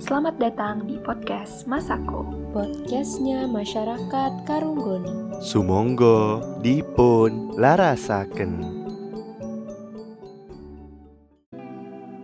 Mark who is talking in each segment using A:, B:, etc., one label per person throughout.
A: Selamat datang di podcast Masako.
B: Podcastnya Masyarakat Karunggoni.
C: Sumonggo dipun larasaken.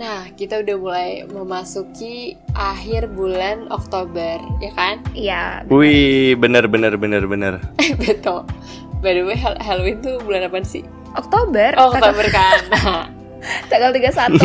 B: Nah, kita udah mulai memasuki akhir bulan Oktober, ya kan?
A: Iya,
C: Wih, bener bener bener bener.
B: Betul. Gitu. By the way, Hal- Halloween tuh bulan apa sih?
A: Oktober,
B: Oh,
A: tanggal,
B: Oktober kan. Nah,
A: tanggal 31.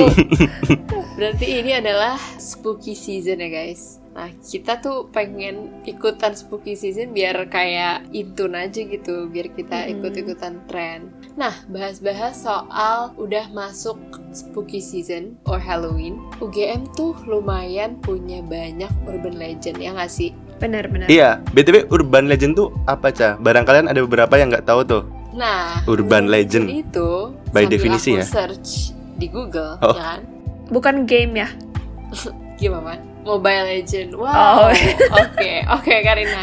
B: Berarti ini adalah spooky season ya guys. Nah, kita tuh pengen ikutan spooky season biar kayak intun aja gitu, biar kita
A: Mm-mm.
B: ikut-ikutan tren. Nah, bahas-bahas soal udah masuk spooky season or Halloween, UGM tuh lumayan punya banyak urban legend ya nggak sih?
A: Benar-benar.
C: Iya, btw urban legend tuh apa cah? Barang kalian ada beberapa yang nggak tahu tuh.
B: Nah,
C: Urban legend.
B: itu
C: By
B: sambil
C: definisi ya?
B: aku search di Google,
C: Oh.
B: ya kan?
A: Bukan game ya?
B: Gimana? Mobile Legend.
A: Oh.
B: Wow. Oke, oke Karina.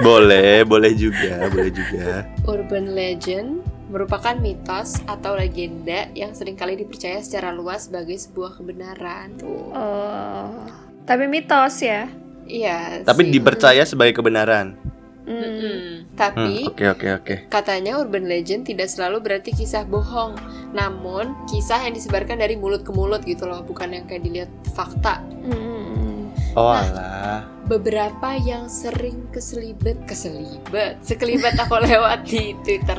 C: Boleh, boleh juga, boleh juga.
B: Urban legend merupakan mitos atau legenda yang seringkali dipercaya secara luas sebagai sebuah kebenaran. Tuh.
A: Oh, tapi mitos ya.
B: Iya.
C: Tapi
B: sih.
C: dipercaya sebagai kebenaran.
A: Hmm.
B: Mm-mm.
C: Hmm,
B: Tapi
C: Oke oke oke.
B: katanya urban legend tidak selalu berarti kisah bohong, namun kisah yang disebarkan dari mulut ke mulut gitu loh, bukan yang kayak dilihat fakta.
A: Hmm.
C: Oh
B: Nah.
C: alah.
B: Beberapa yang sering keselibet, keselibet, sekelibat aku lewat di Twitter.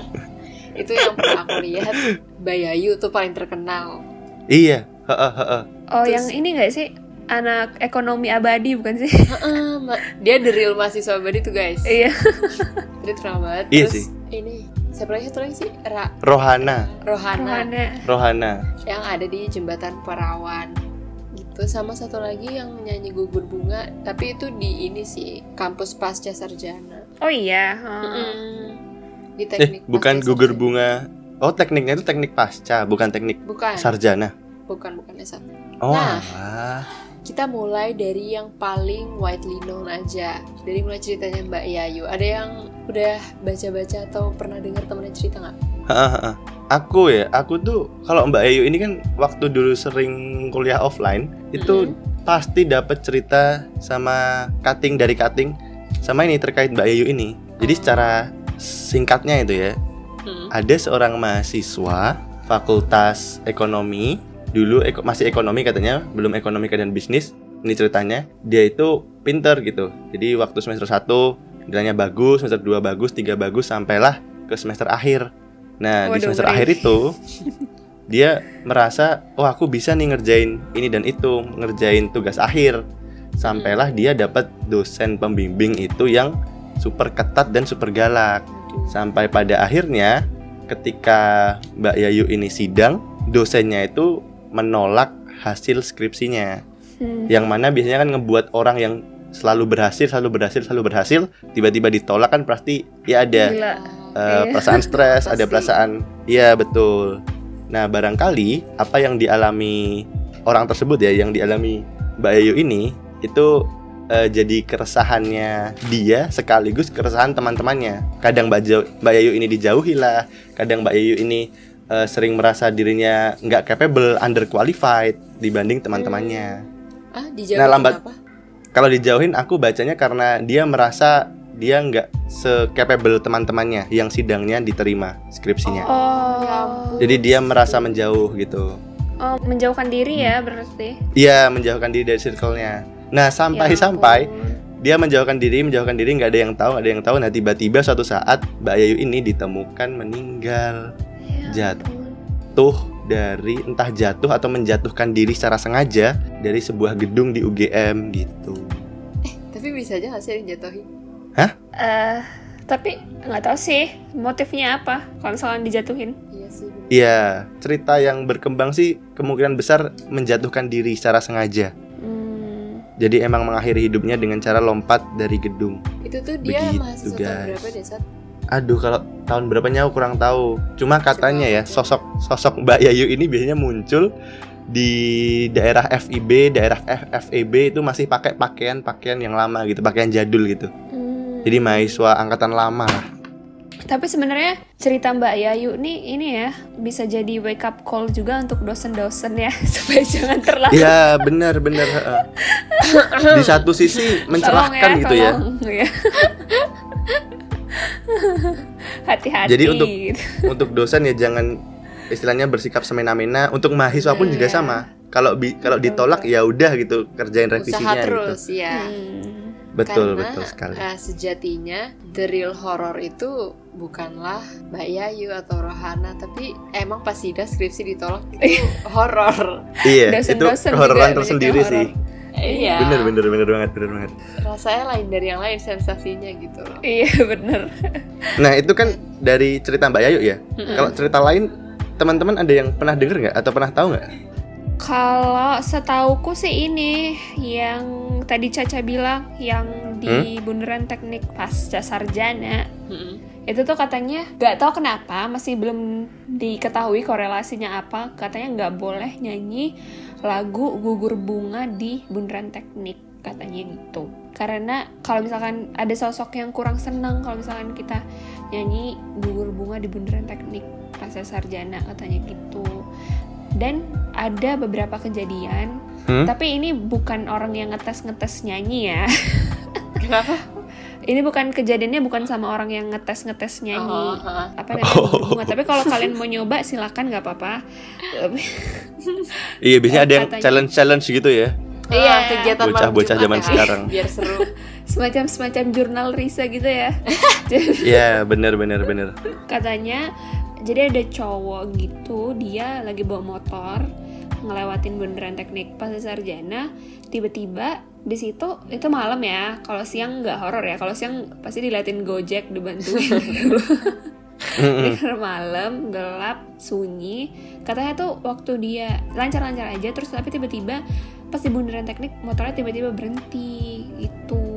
B: Itu yang pernah aku lihat. Bayayu tuh paling terkenal.
C: Iya. Heeh heeh.
A: Oh,
B: Terus-
A: yang ini nggak sih? Anak ekonomi abadi bukan sih?
B: Heeh, ma- dia the real mahasiswa abadi tuh guys
A: Iya.
B: Dia terkenal banget
C: Iya
B: Terus
C: sih.
B: ini Siapa lagi satu lagi sih? Ra
C: Rohana,
B: Rohana,
A: Rohana.
C: Rohana.
B: Yang ada di jembatan Perawan Gitu sama satu lagi yang nyanyi gugur bunga Tapi itu di ini sih Kampus Pasca Sarjana
A: Oh iya. ha.
B: Mm-mm. Di
C: Eh,
B: teknik
C: bukan
B: Pasca
C: gugur
B: Sarjana.
C: bunga. Oh, tekniknya itu teknik pasca, bukan teknik
B: Bukan
C: sarjana.
B: Bukan, bukan S1
C: Oh,
B: Nah.
C: alah.
B: kita mulai dari yang paling widely known aja dari mulai ceritanya Mbak Yayu ada yang udah baca-baca atau pernah dengar temennya cerita nggak?
C: Heeh, heeh. Aku ya, aku tuh kalau Mbak Ayu ini kan waktu dulu sering kuliah offline itu pasti dapat cerita sama cutting dari cutting sama ini terkait Mbak Ayu ini. Jadi secara singkatnya itu ya,
B: Hmm.
C: ada seorang mahasiswa Fakultas Ekonomi dulu eko- masih ekonomi katanya, belum ekonomi dan bisnis. Ini ceritanya, dia itu pinter gitu. Jadi waktu semester 1 nilainya bagus, semester 2 bagus, 3 bagus sampailah ke semester akhir. Nah, di
A: Waduh,
C: semester
A: ngeri.
C: akhir itu dia merasa, "Oh, aku bisa nih ngerjain ini dan itu, ngerjain tugas akhir." Sampailah
A: Hmm.
C: dia dapat dosen pembimbing itu yang super ketat dan super galak. Sampai pada akhirnya ketika Mbak Yayu ini sidang, dosennya itu menolak hasil skripsinya.
A: Hmm.
C: Yang mana biasanya kan ngebuat orang yang selalu berhasil, selalu berhasil, selalu berhasil, tiba-tiba ditolak kan pasti ya ada
A: Gila.
C: eh,
A: Iya.
C: perasaan stres, ada
B: Pasti.
C: perasaan iya betul. Nah, barangkali apa yang dialami orang tersebut ya, yang dialami Mbak Yayu ini itu eh, jadi keresahannya dia sekaligus keresahan teman-temannya. Kadang Mbak, Jau- Mbak Yayu ini dijauhi lah, kadang Mbak Yayu ini eh, sering merasa dirinya nggak capable, underqualified dibanding teman-temannya.
B: Ah, dijawab
C: Nah, lambat.
B: kenapa?
C: Kalau dijauhin aku bacanya karena dia merasa dia nggak se-capable teman-temannya yang sidangnya diterima skripsinya.
A: Oh.
B: Ya ampun.
C: Jadi dia merasa menjauh gitu.
A: Oh, menjauhkan diri ya berarti.
C: Iya, menjauhkan diri dari circle-nya. Nah, sampai-sampai
A: Ya ampun.
C: dia menjauhkan diri, menjauhkan diri nggak ada yang tahu, nggak ada yang tahu. Nah, tiba-tiba suatu saat Mbak Yayu ini ditemukan meninggal
A: Ya
C: Jat.
A: ampun.
C: tuh dari entah jatuh atau menjatuhkan diri secara sengaja dari sebuah gedung di UGM gitu.
B: Tapi bisa aja nggak sih yang jatuhin?
A: Eh, tapi nggak tahu sih motifnya apa kalau misalnya dijatuhin.
B: Iya sih. bener.
C: Iya, cerita yang berkembang sih kemungkinan besar menjatuhkan diri secara sengaja.
A: Hmm.
C: Jadi emang mengakhiri hidupnya dengan cara lompat dari gedung.
B: Itu tuh dia
C: Begitu,
B: mahasiswa tahun
C: guys.
B: berapa deh, Sat?
C: Aduh kalau tahun berapanya aku kurang tahu. Cuma katanya ya sosok sosok Mbak Yayu ini biasanya muncul di daerah FIB, daerah F- FEB itu masih pakai pakaian-pakaian yang lama gitu, pakaian jadul gitu.
A: Hmm.
C: Jadi mahasiswa angkatan lama lah.
A: Tapi sebenarnya cerita Mbak Yayu nih ini ya bisa jadi wake up call juga untuk dosen-dosen ya supaya jangan terlalu
C: Iya benar benar. heeh. Di satu sisi mencerahkan
A: Tolong
C: gitu ya.
A: tolong, ya. Hati-hati.
C: Jadi untuk-
A: gitu.
C: Untuk dosen ya jangan istilahnya bersikap semena-mena. Untuk mahasiswa pun juga
A: Iya.
C: sama. Kalau bi- kalau ditolak ya udah gitu kerjain
B: usaha
C: revisinya gitu.
B: terus ya.
A: Hmm.
C: Betul
B: Karena,
C: betul sekali.
B: eh, sejatinya the real horror itu bukanlah Mbak Yayu atau Rohana, tapi emang pas Ida skripsi ditolak itu horror.
C: Iya itu
A: dosen-dosen juga
C: horroran
A: banyak
C: tersendiri
A: yang Ya.
C: sih.
B: Iya.
C: Bener bener bener banget bener banget.
B: Rasanya lain dari yang lain sensasinya gitu loh.
A: Iya bener.
C: Nah itu kan dari cerita Mbak Yayu ya. Kalau cerita lain teman-teman ada yang pernah denger nggak atau pernah tahu nggak?
A: Kalau setauku sih ini yang tadi Caca bilang yang
C: Hmm?
A: di Bundaran Teknik Pasca Sarjana
B: Mm-mm.
A: itu tuh katanya nggak tahu kenapa masih belum diketahui korelasinya apa katanya nggak boleh nyanyi lagu gugur bunga di bundaran teknik katanya gitu karena kalau misalkan ada sosok yang kurang senang kalau misalkan kita nyanyi gugur bunga di bundaran teknik pasca sarjana katanya gitu dan ada beberapa kejadian
C: Hmm?
A: tapi ini bukan orang yang ngetes ngetes nyanyi ya
B: Kenapa?
A: ini bukan kejadiannya bukan sama orang yang ngetes ngetes nyanyi
B: Oh, ha.
A: apa namanya gugur bunga. tapi kalau kalian mau nyoba silakan nggak apa-apa
C: Iya biasanya ada yang
A: katanya-
C: challenge challenge gitu ya.
A: Iya.
B: Ah, kegiatan malam
C: Bocah-bocah
B: Jumat
C: zaman
B: ya,
C: sekarang.
B: Biar seru.
A: semacam semacam jurnal risa gitu ya Jadi,
C: Iya bener bener bener.
A: katanya jadi ada cowok gitu dia lagi bawa motor ngelewatin bundaran teknik pasar sarjana tiba-tiba di situ itu malam ya kalau siang nggak horor ya kalau siang pasti diliatin gojek dibantuin gitu
C: Mm-mm.
A: Dengar malam gelap sunyi katanya tuh waktu dia lancar-lancar aja terus tapi tiba-tiba pas di bundaran teknik motornya tiba-tiba berhenti itu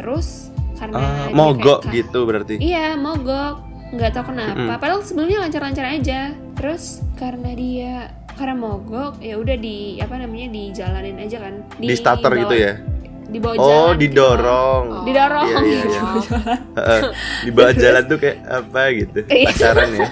A: terus karena
C: Ah,
A: dia
C: mogok
A: kayak-
C: gitu berarti.
A: iya mogok nggak tahu kenapa
C: Mm-mm.
A: padahal sebelumnya lancar-lancar aja terus karena dia karena mogok ya udah di apa namanya dijalanin aja kan
C: Di starter
A: bawah-
C: gitu ya.
A: di bawah
C: Oh
A: jalan gitu
C: didorong.
A: kan. didorong
C: Iya, iya, iya.
B: Oh.
C: Heeh. Di bawah jalan tuh kayak apa gitu.
A: Iya.
C: Pacaran ya.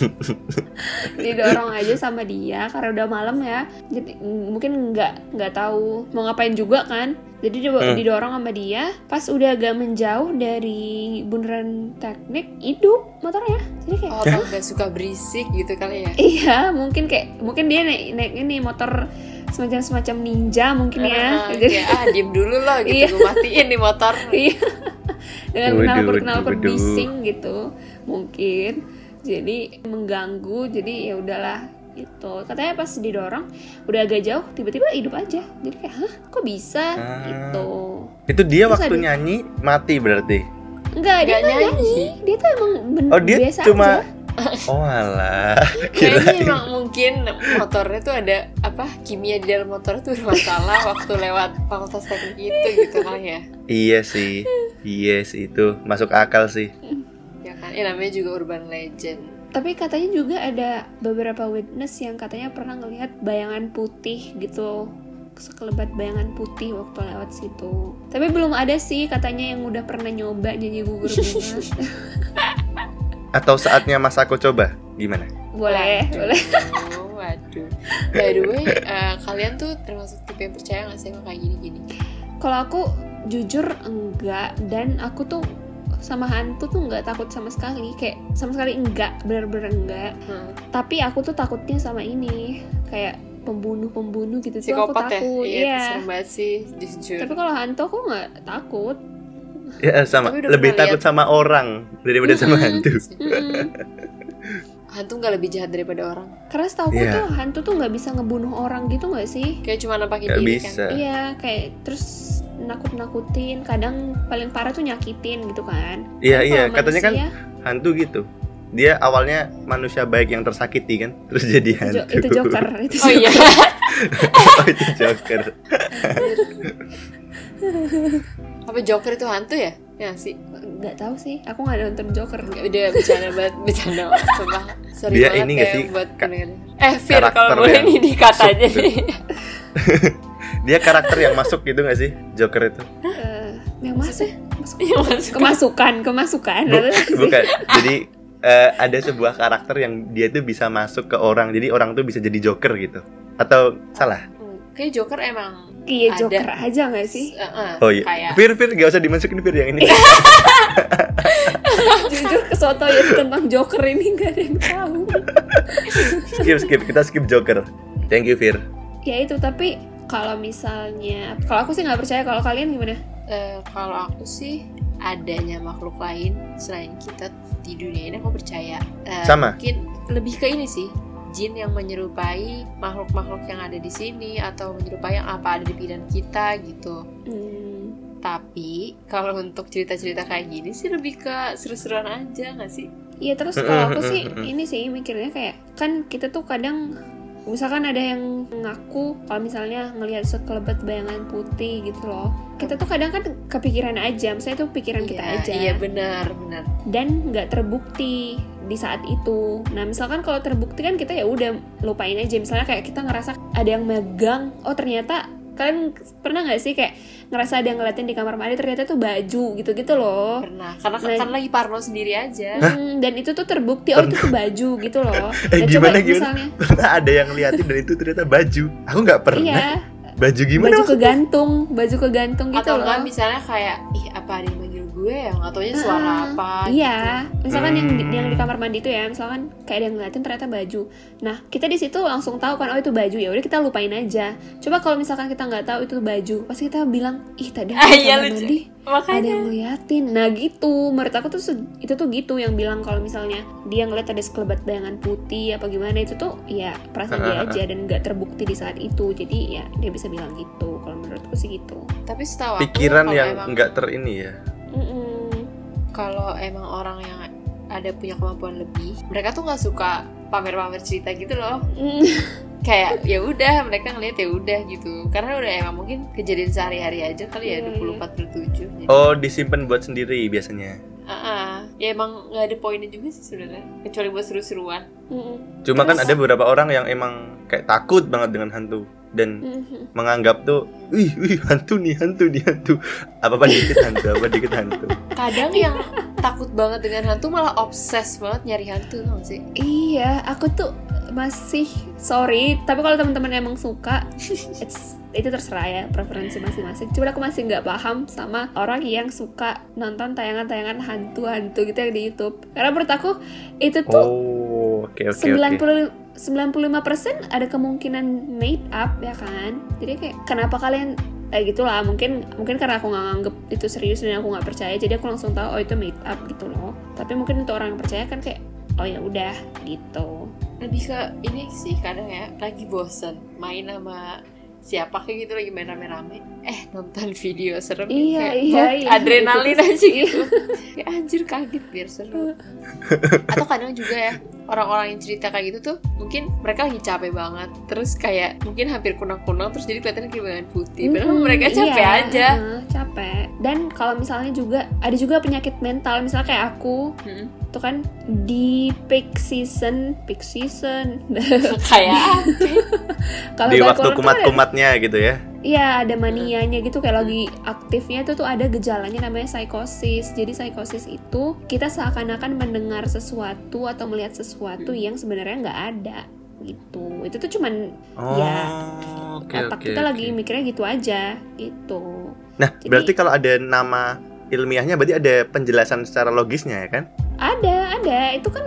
A: didorong aja sama dia karena udah malam ya jadi mm, mungkin nggak nggak tahu mau ngapain juga kan jadi dia
C: Hmm.
A: didorong sama dia pas udah agak menjauh dari bundaran teknik hidup motornya jadi kayak
B: Oh, atau nggak suka berisik gitu kali ya.
A: iya mungkin kayak mungkin dia naik naik ini motor semacam semacam ninja mungkin ya
B: Ah,
A: jadi
B: kayak, ah, diem dulu loh
A: Iya.
B: gitu. Gue matiin nih motor.
A: Iya. Dengan
C: Waduh,
A: kenalpot kenalpot
C: waduh, waduh.
A: bising gitu mungkin. Jadi mengganggu. Jadi ya udahlah gitu. Katanya pas didorong udah agak jauh tiba-tiba hidup aja. Jadi kayak hah kok bisa
C: Ah.
A: gitu.
C: Itu dia
A: Terus
C: waktu
A: ada-
C: nyanyi mati berarti.
A: Enggak, dia
B: Nggak
A: nggak
B: nyanyi.
A: nyanyi. Dia tuh emang ben-
C: Oh dia
A: biasa aja.
C: cuma Oh alah.
B: Kayaknya
C: Kirain.
B: emang mungkin motornya tuh ada apa kimia di dalam motor tuh bermasalah waktu lewat fakultas teknik itu gitu kali ya.
C: Iya sih. Yes itu masuk akal sih.
B: Ya kan, ya namanya juga urban legend.
A: Tapi katanya juga ada beberapa witness yang katanya pernah ngelihat bayangan putih gitu sekelebat bayangan putih waktu lewat situ. Tapi belum ada sih katanya yang udah pernah nyoba nyanyi gugur bunga.
C: Atau saatnya Mas aku coba gimana?
A: boleh,
B: Waduh,
A: boleh.
B: Waduh. By the way, eh, kalian tuh termasuk tipe yang percaya nggak sih sama kayak gini-gini?
A: Kalau aku jujur enggak dan aku tuh sama hantu tuh nggak takut sama sekali kayak sama sekali enggak bener-bener enggak
B: Hmm.
A: tapi aku tuh takutnya sama ini kayak pembunuh-pembunuh gitu tuh aku
B: Psikopat ya?
A: takut
B: Iya,
A: iya
B: itu serem banget sih, jujur.
A: tapi kalau hantu aku nggak takut
C: Ya sama.
B: Tapi udah
C: Lebih
B: pernah
C: takut sama orang daripada sama
A: Mm-mm.
C: hantu.
A: Mm-mm.
B: Hmm. Hantu nggak lebih jahat daripada orang.
A: karena setahu aku
C: Iya.
A: tuh hantu tuh nggak bisa ngebunuh orang gitu nggak sih
B: Kayak cuma nampakin
C: Gak
B: diri kan.
C: bisa.
A: iya kayak terus nakut-nakutin kadang paling parah tuh nyakitin gitu kan
C: Iya
A: Kalau
C: iya katanya kan
A: manusia,
C: hantu gitu dia awalnya manusia baik yang tersakiti kan terus jadi hantu
A: jo- itu joker itu
B: Oh iya.
C: oh itu joker
B: Apa Joker itu hantu ya? Ya sih.
A: nggak tahu sih aku nggak nonton Joker
B: Nggak, Udah bercanda banget, bercanda banget. Sumpah. Sorry
C: Dia
B: banget
C: ini nggak
B: ya
C: sih,
B: buat
C: ka-
B: pendengar. Eh, Fir,
C: karakter
B: kalau boleh
C: yang
B: nih dikatanya
C: sub-
B: nih.
C: dia karakter yang masuk gitu gak sih joker itu
A: Eh, Yang masuk,
B: Iya, masuk.
A: kemasukan, kemasukan.
C: Bu- bukan. Jadi eh, ada sebuah karakter yang dia tuh bisa masuk ke orang. Jadi orang tuh bisa jadi joker gitu. Atau salah?
B: Hmm, Kayak Joker emang
A: Iya
B: Ada.
A: joker aja nggak sih?
B: eh, eh,
C: Oh iya.
B: kayak
C: Fir, Fir, gak usah dimasukin Fir yang
A: Iya.
C: ini.
A: Jujur kesotoyan tentang joker ini nggak ada yang tahu.
C: skip, skip. Kita skip joker. Thank you, Fir.
A: Ya itu tapi kalau misalnya, kalau aku sih nggak percaya. Kalau kalian gimana?
B: eh, kalau aku sih adanya makhluk lain selain kita di dunia ini aku percaya. Eh,
C: Sama.
B: Mungkin lebih ke ini sih jin yang menyerupai makhluk-makhluk yang ada di sini atau menyerupai yang apa ada di pikiran kita gitu.
A: Hmm,
B: Tapi kalau untuk cerita-cerita kayak gini sih lebih ke seru-seruan aja nggak sih?
A: Iya terus kalau aku sih ini sih mikirnya kayak kan kita tuh kadang misalkan ada yang ngaku kalau misalnya ngelihat sekelebat bayangan putih gitu loh kita tuh kadang kan kepikiran aja misalnya itu pikiran kita
B: Iya,
A: aja
B: Iya benar benar.
A: dan nggak terbukti di saat itu. Nah, misalkan kalau terbukti kan kita ya udah lupain aja. Misalnya kayak kita ngerasa ada yang megang, oh ternyata kalian pernah nggak sih kayak ngerasa ada yang ngeliatin di kamar mandi ternyata tuh baju gitu-gitu loh.
B: Pernah karena
A: Nah.
B: karena lagi parno sendiri aja.
A: Hmm, dan itu tuh terbukti oh itu tuh baju gitu loh.
C: Eh,
A: Dan
C: gimana,
A: coba
C: gimana?
A: misalnya
C: Pernah ada yang ngeliatin dan itu ternyata baju. Aku nggak
A: iya,
C: pernah. Baju gimana?
A: baju kegantung, baju kegantung gitu
B: atau
A: loh.
B: enggak misalnya kayak ih apa ada yang manggil gue ya nggak taunya suara
A: Ah,
B: apa
A: Iya, misalkan yang di,
C: Hmm.
A: yang di kamar mandi itu ya, misalkan kayak ada yang ngeliatin ternyata baju. Nah, kita di situ langsung tahu kan, oh itu baju ya, udah kita lupain aja. Coba kalau misalkan kita nggak tahu itu baju, pasti kita bilang, ih tadi
B: Ah,
A: aku di
B: iya,
A: kamar
B: lucu.
A: mandi
B: gitu.
A: ada
B: makanya
A: yang ngeliatin. Nah gitu, menurut aku tuh se- itu tuh gitu yang bilang kalau misalnya dia ngeliat ada sekelebat bayangan putih apa gimana itu tuh ya perasaan dia
C: Ah, ah,
A: aja dan nggak terbukti di saat itu. Jadi ya dia bisa bilang gitu. Kalau menurutku sih gitu.
B: tapi setahu aku
C: Pikiran
B: kalau
C: yang
B: emang,
C: nggak ter ini ya.
A: Mm-mm.
B: kalau emang orang yang ada punya kemampuan lebih mereka tuh nggak suka pamer-pamer cerita gitu loh
A: Mm.
B: kayak ya udah mereka ngeliat ya udah gitu karena udah emang mungkin kejadian sehari-hari aja kali ya
A: Iya,
B: 24 27 jadi,
C: Oh, disimpan buat sendiri biasanya.
B: gitu. ah, ah. ya emang nggak ada poinnya juga sih sebenarnya kecuali buat seru-seruan
A: Mm-mm.
C: Cuma kan
A: Terus-
C: ada beberapa orang yang emang kayak takut banget dengan hantu dan
A: Mm-mm.
C: menganggap tuh, wih, wih, hantu nih, hantu nih, hantu. Apa apa dikit hantu, apa dikit hantu.
B: kadang yang takut banget dengan hantu malah obses banget nyari hantu tau nggak sih
A: Iya, aku tuh masih sorry, tapi kalau teman-teman emang suka, it's- itu terserah ya preferensi masing-masing. Cuma aku masih nggak paham sama orang yang suka nonton tayangan-tayangan hantu-hantu gitu yang di YouTube. Karena menurut aku itu tuh
C: Oh, oke oke
A: 90 95% ada kemungkinan made up ya kan. Jadi kayak kenapa kalian eh gitulah mungkin mungkin karena aku nggak nganggep itu serius dan aku nggak percaya jadi aku langsung tahu oh itu made up gitu loh tapi mungkin untuk orang yang percaya kan kayak oh ya udah gitu
B: lebih ke ini sih kadang ya lagi bosen main sama siapa kayak gitu lagi main rame-rame eh nonton video serem nih,
A: Iya,
B: kayak,
A: iya,
B: "Bot,
A: iya.
B: adrenalin
A: Itu tuh-
B: aja gitu ya anjir kaget biar seru atau kadang juga ya orang-orang yang cerita kayak gitu tuh mungkin mereka lagi capek banget terus kayak mungkin hampir kunang-kunang terus jadi kelihatannya kayak bayangan putih padahal
A: Mm-mm,
B: mereka capek
A: iya,
B: aja
A: heeh, capek. Dan kalau misalnya juga ada juga penyakit mental, misalnya kayak aku
B: Mm-mm.
A: tuh kan di peak season, peak season.
B: kayak ah. apa?
A: kalau
C: Di waktu
A: bipolar tuh ada-
C: kumat-kumatnya gitu ya.
A: Iya, ada manianya gitu kayak lagi aktifnya itu tuh ada gejalanya namanya psikosis. Jadi psikosis itu kita seakan-akan mendengar sesuatu atau melihat
C: Hmm.
A: sesuatu yang sebenarnya nggak ada gitu. Itu tuh cuman
C: Oh,
A: Iya.
C: oke
A: otak
C: oke,
A: kita
C: oke.
A: lagi mikirnya gitu aja gitu.
C: Nah,
A: Jadi-
C: berarti kalau ada nama ilmiahnya berarti ada penjelasan secara logisnya ya kan?
A: Ada, ada. Itu kan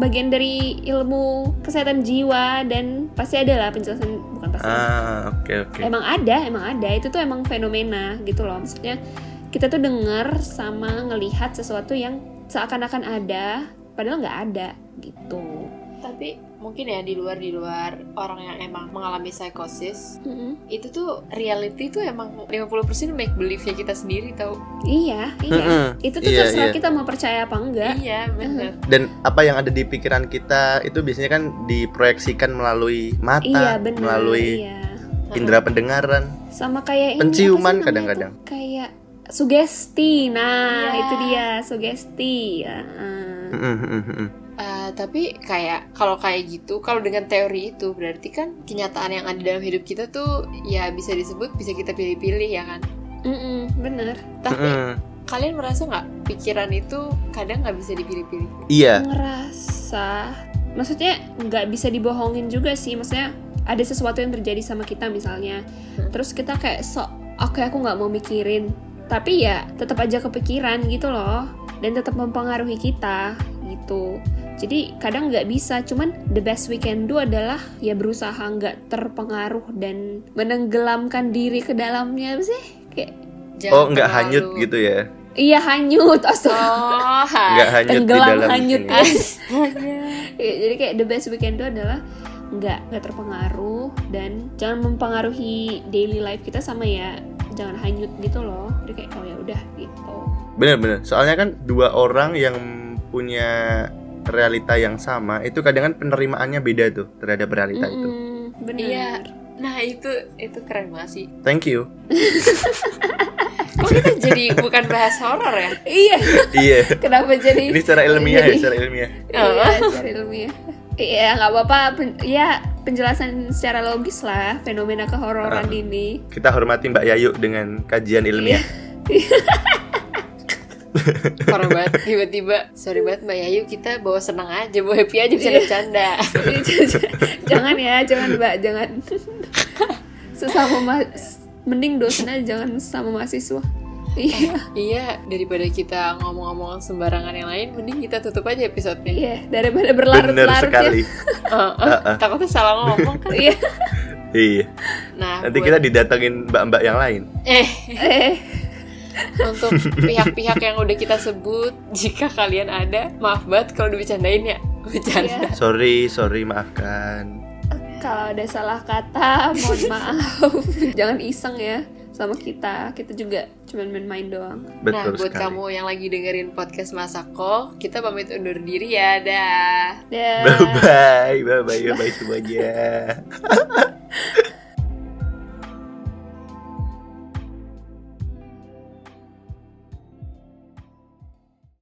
A: bagian dari ilmu kesehatan jiwa dan pasti ada lah penjelasan bukan pasti.
C: Ah, oke oke.
A: Iya. Emang ada, emang ada. Itu tuh emang fenomena gitu loh. Maksudnya kita tuh dengar sama ngelihat sesuatu yang seakan-akan ada padahal nggak ada gitu.
B: tapi mungkin ya di luar di luar orang yang emang mengalami psikosis
A: Mm-mm.
B: itu tuh reality tuh emang 50% make believe-nya kita sendiri tau
A: Iya, iya.
C: Mm-mm.
A: Itu tuh
C: Iya,
A: terserah
C: iya.
A: kita mau percaya apa enggak.
B: iya bener
C: Dan apa yang ada di pikiran kita itu biasanya kan diproyeksikan melalui mata,
A: Iya, benar.
C: Ah, melalui
A: iya.
C: indera pendengaran.
A: sama kayak ini, apa sih
C: Penciuman
A: namanya tuh?
C: kadang-kadang.
A: Kayak sugesti. Nah,
B: Iya.
A: itu dia sugesti. Ah, Heeh.
C: Mm, mm, mm, mm.
B: Eh, tapi kayak kalau kayak gitu kalau dengan teori itu berarti kan kenyataan yang ada dalam hidup kita tuh ya bisa disebut bisa kita pilih-pilih ya kan
A: Mm-mm, bener.
B: Tapi
C: Mm-mm.
B: kalian merasa nggak pikiran itu kadang nggak bisa dipilih-pilih?
C: Iya,
A: Ngerasa, maksudnya nggak bisa dibohongin juga sih. Maksudnya ada sesuatu yang terjadi sama kita misalnya.
B: Hmm.
A: Terus kita kayak sok, oke aku nggak mau mikirin. Tapi ya tetap aja kepikiran gitu loh. Dan tetap mempengaruhi kita gitu. Jadi kadang nggak bisa, cuman the best we can do adalah ya berusaha nggak terpengaruh dan menenggelamkan diri ke dalamnya sih.
B: Jangan
C: oh nggak
B: terlalu-
C: hanyut gitu ya,
A: Iya hanyut, astaga.
B: Oh,
C: nggak
B: hai.
C: hanyut di
A: tenggelam
C: dalam
A: hanyut
C: ini.
B: Astaga.
A: Ya, jadi kayak the best we can do adalah nggak nggak terpengaruh dan jangan mempengaruhi daily life kita sama ya jangan hanyut gitu loh jadi kayak oh ya udah gitu
C: Bener-bener. Soalnya kan dua orang yang punya realita yang sama itu kadang kan penerimaannya beda tuh terhadap realita itu.
A: Mm-mm, bener
B: Iya. Nah, itu itu keren banget sih.
C: Thank you.
B: Kok kita jadi bukan bahas horor ya?
A: iya
C: Iya.
A: kenapa jadi
C: Ini secara ilmiah ya,
A: Jadi-
C: secara ilmiah.
A: iya secara ilmiah iya nggak apa-apa Pen- ya penjelasan secara logis lah fenomena kehororan
C: Ah.
A: ini
C: Kita hormati Mbak Yayu dengan kajian ilmiah.
B: Parah banget tiba-tiba. Sorry banget Mbak Yayu, kita bawa senang aja, bawa happy aja
A: Iya.
B: bisa bercanda.
A: jangan ya jangan mbak jangan sesama ma- mending dosen aja jangan sama mahasiswa iya
B: iya, daripada kita ngomong-ngomong sembarangan yang lain, mending kita tutup aja episode-nya.
A: Iya, daripada
C: Bener
A: berlarut-larut ya.
C: sekali.
B: Heeh. Takutnya salah ngomong kan.
A: Iya.
C: Iya.
B: Nah,
C: Nanti
B: buat-
C: kita didatengin Mbak-mbak yang lain.
B: eh
A: Eh,
B: untuk pihak-pihak yang udah kita sebut, jika kalian ada, maaf banget kalau dibecandain ya. Bercanda.
A: iya.
C: Sorry, sorry, maafkan.
A: Kalau ada salah kata, mohon maaf. Jangan iseng ya sama kita. Kita juga cuman main-main doang.
B: nah,
C: Betul
B: buat
C: sekali.
B: kamu yang lagi dengerin podcast Masako, kita pamit undur diri ya. Dah.
A: Dah.
C: Bye bye, bye bye, bye bye semuanya.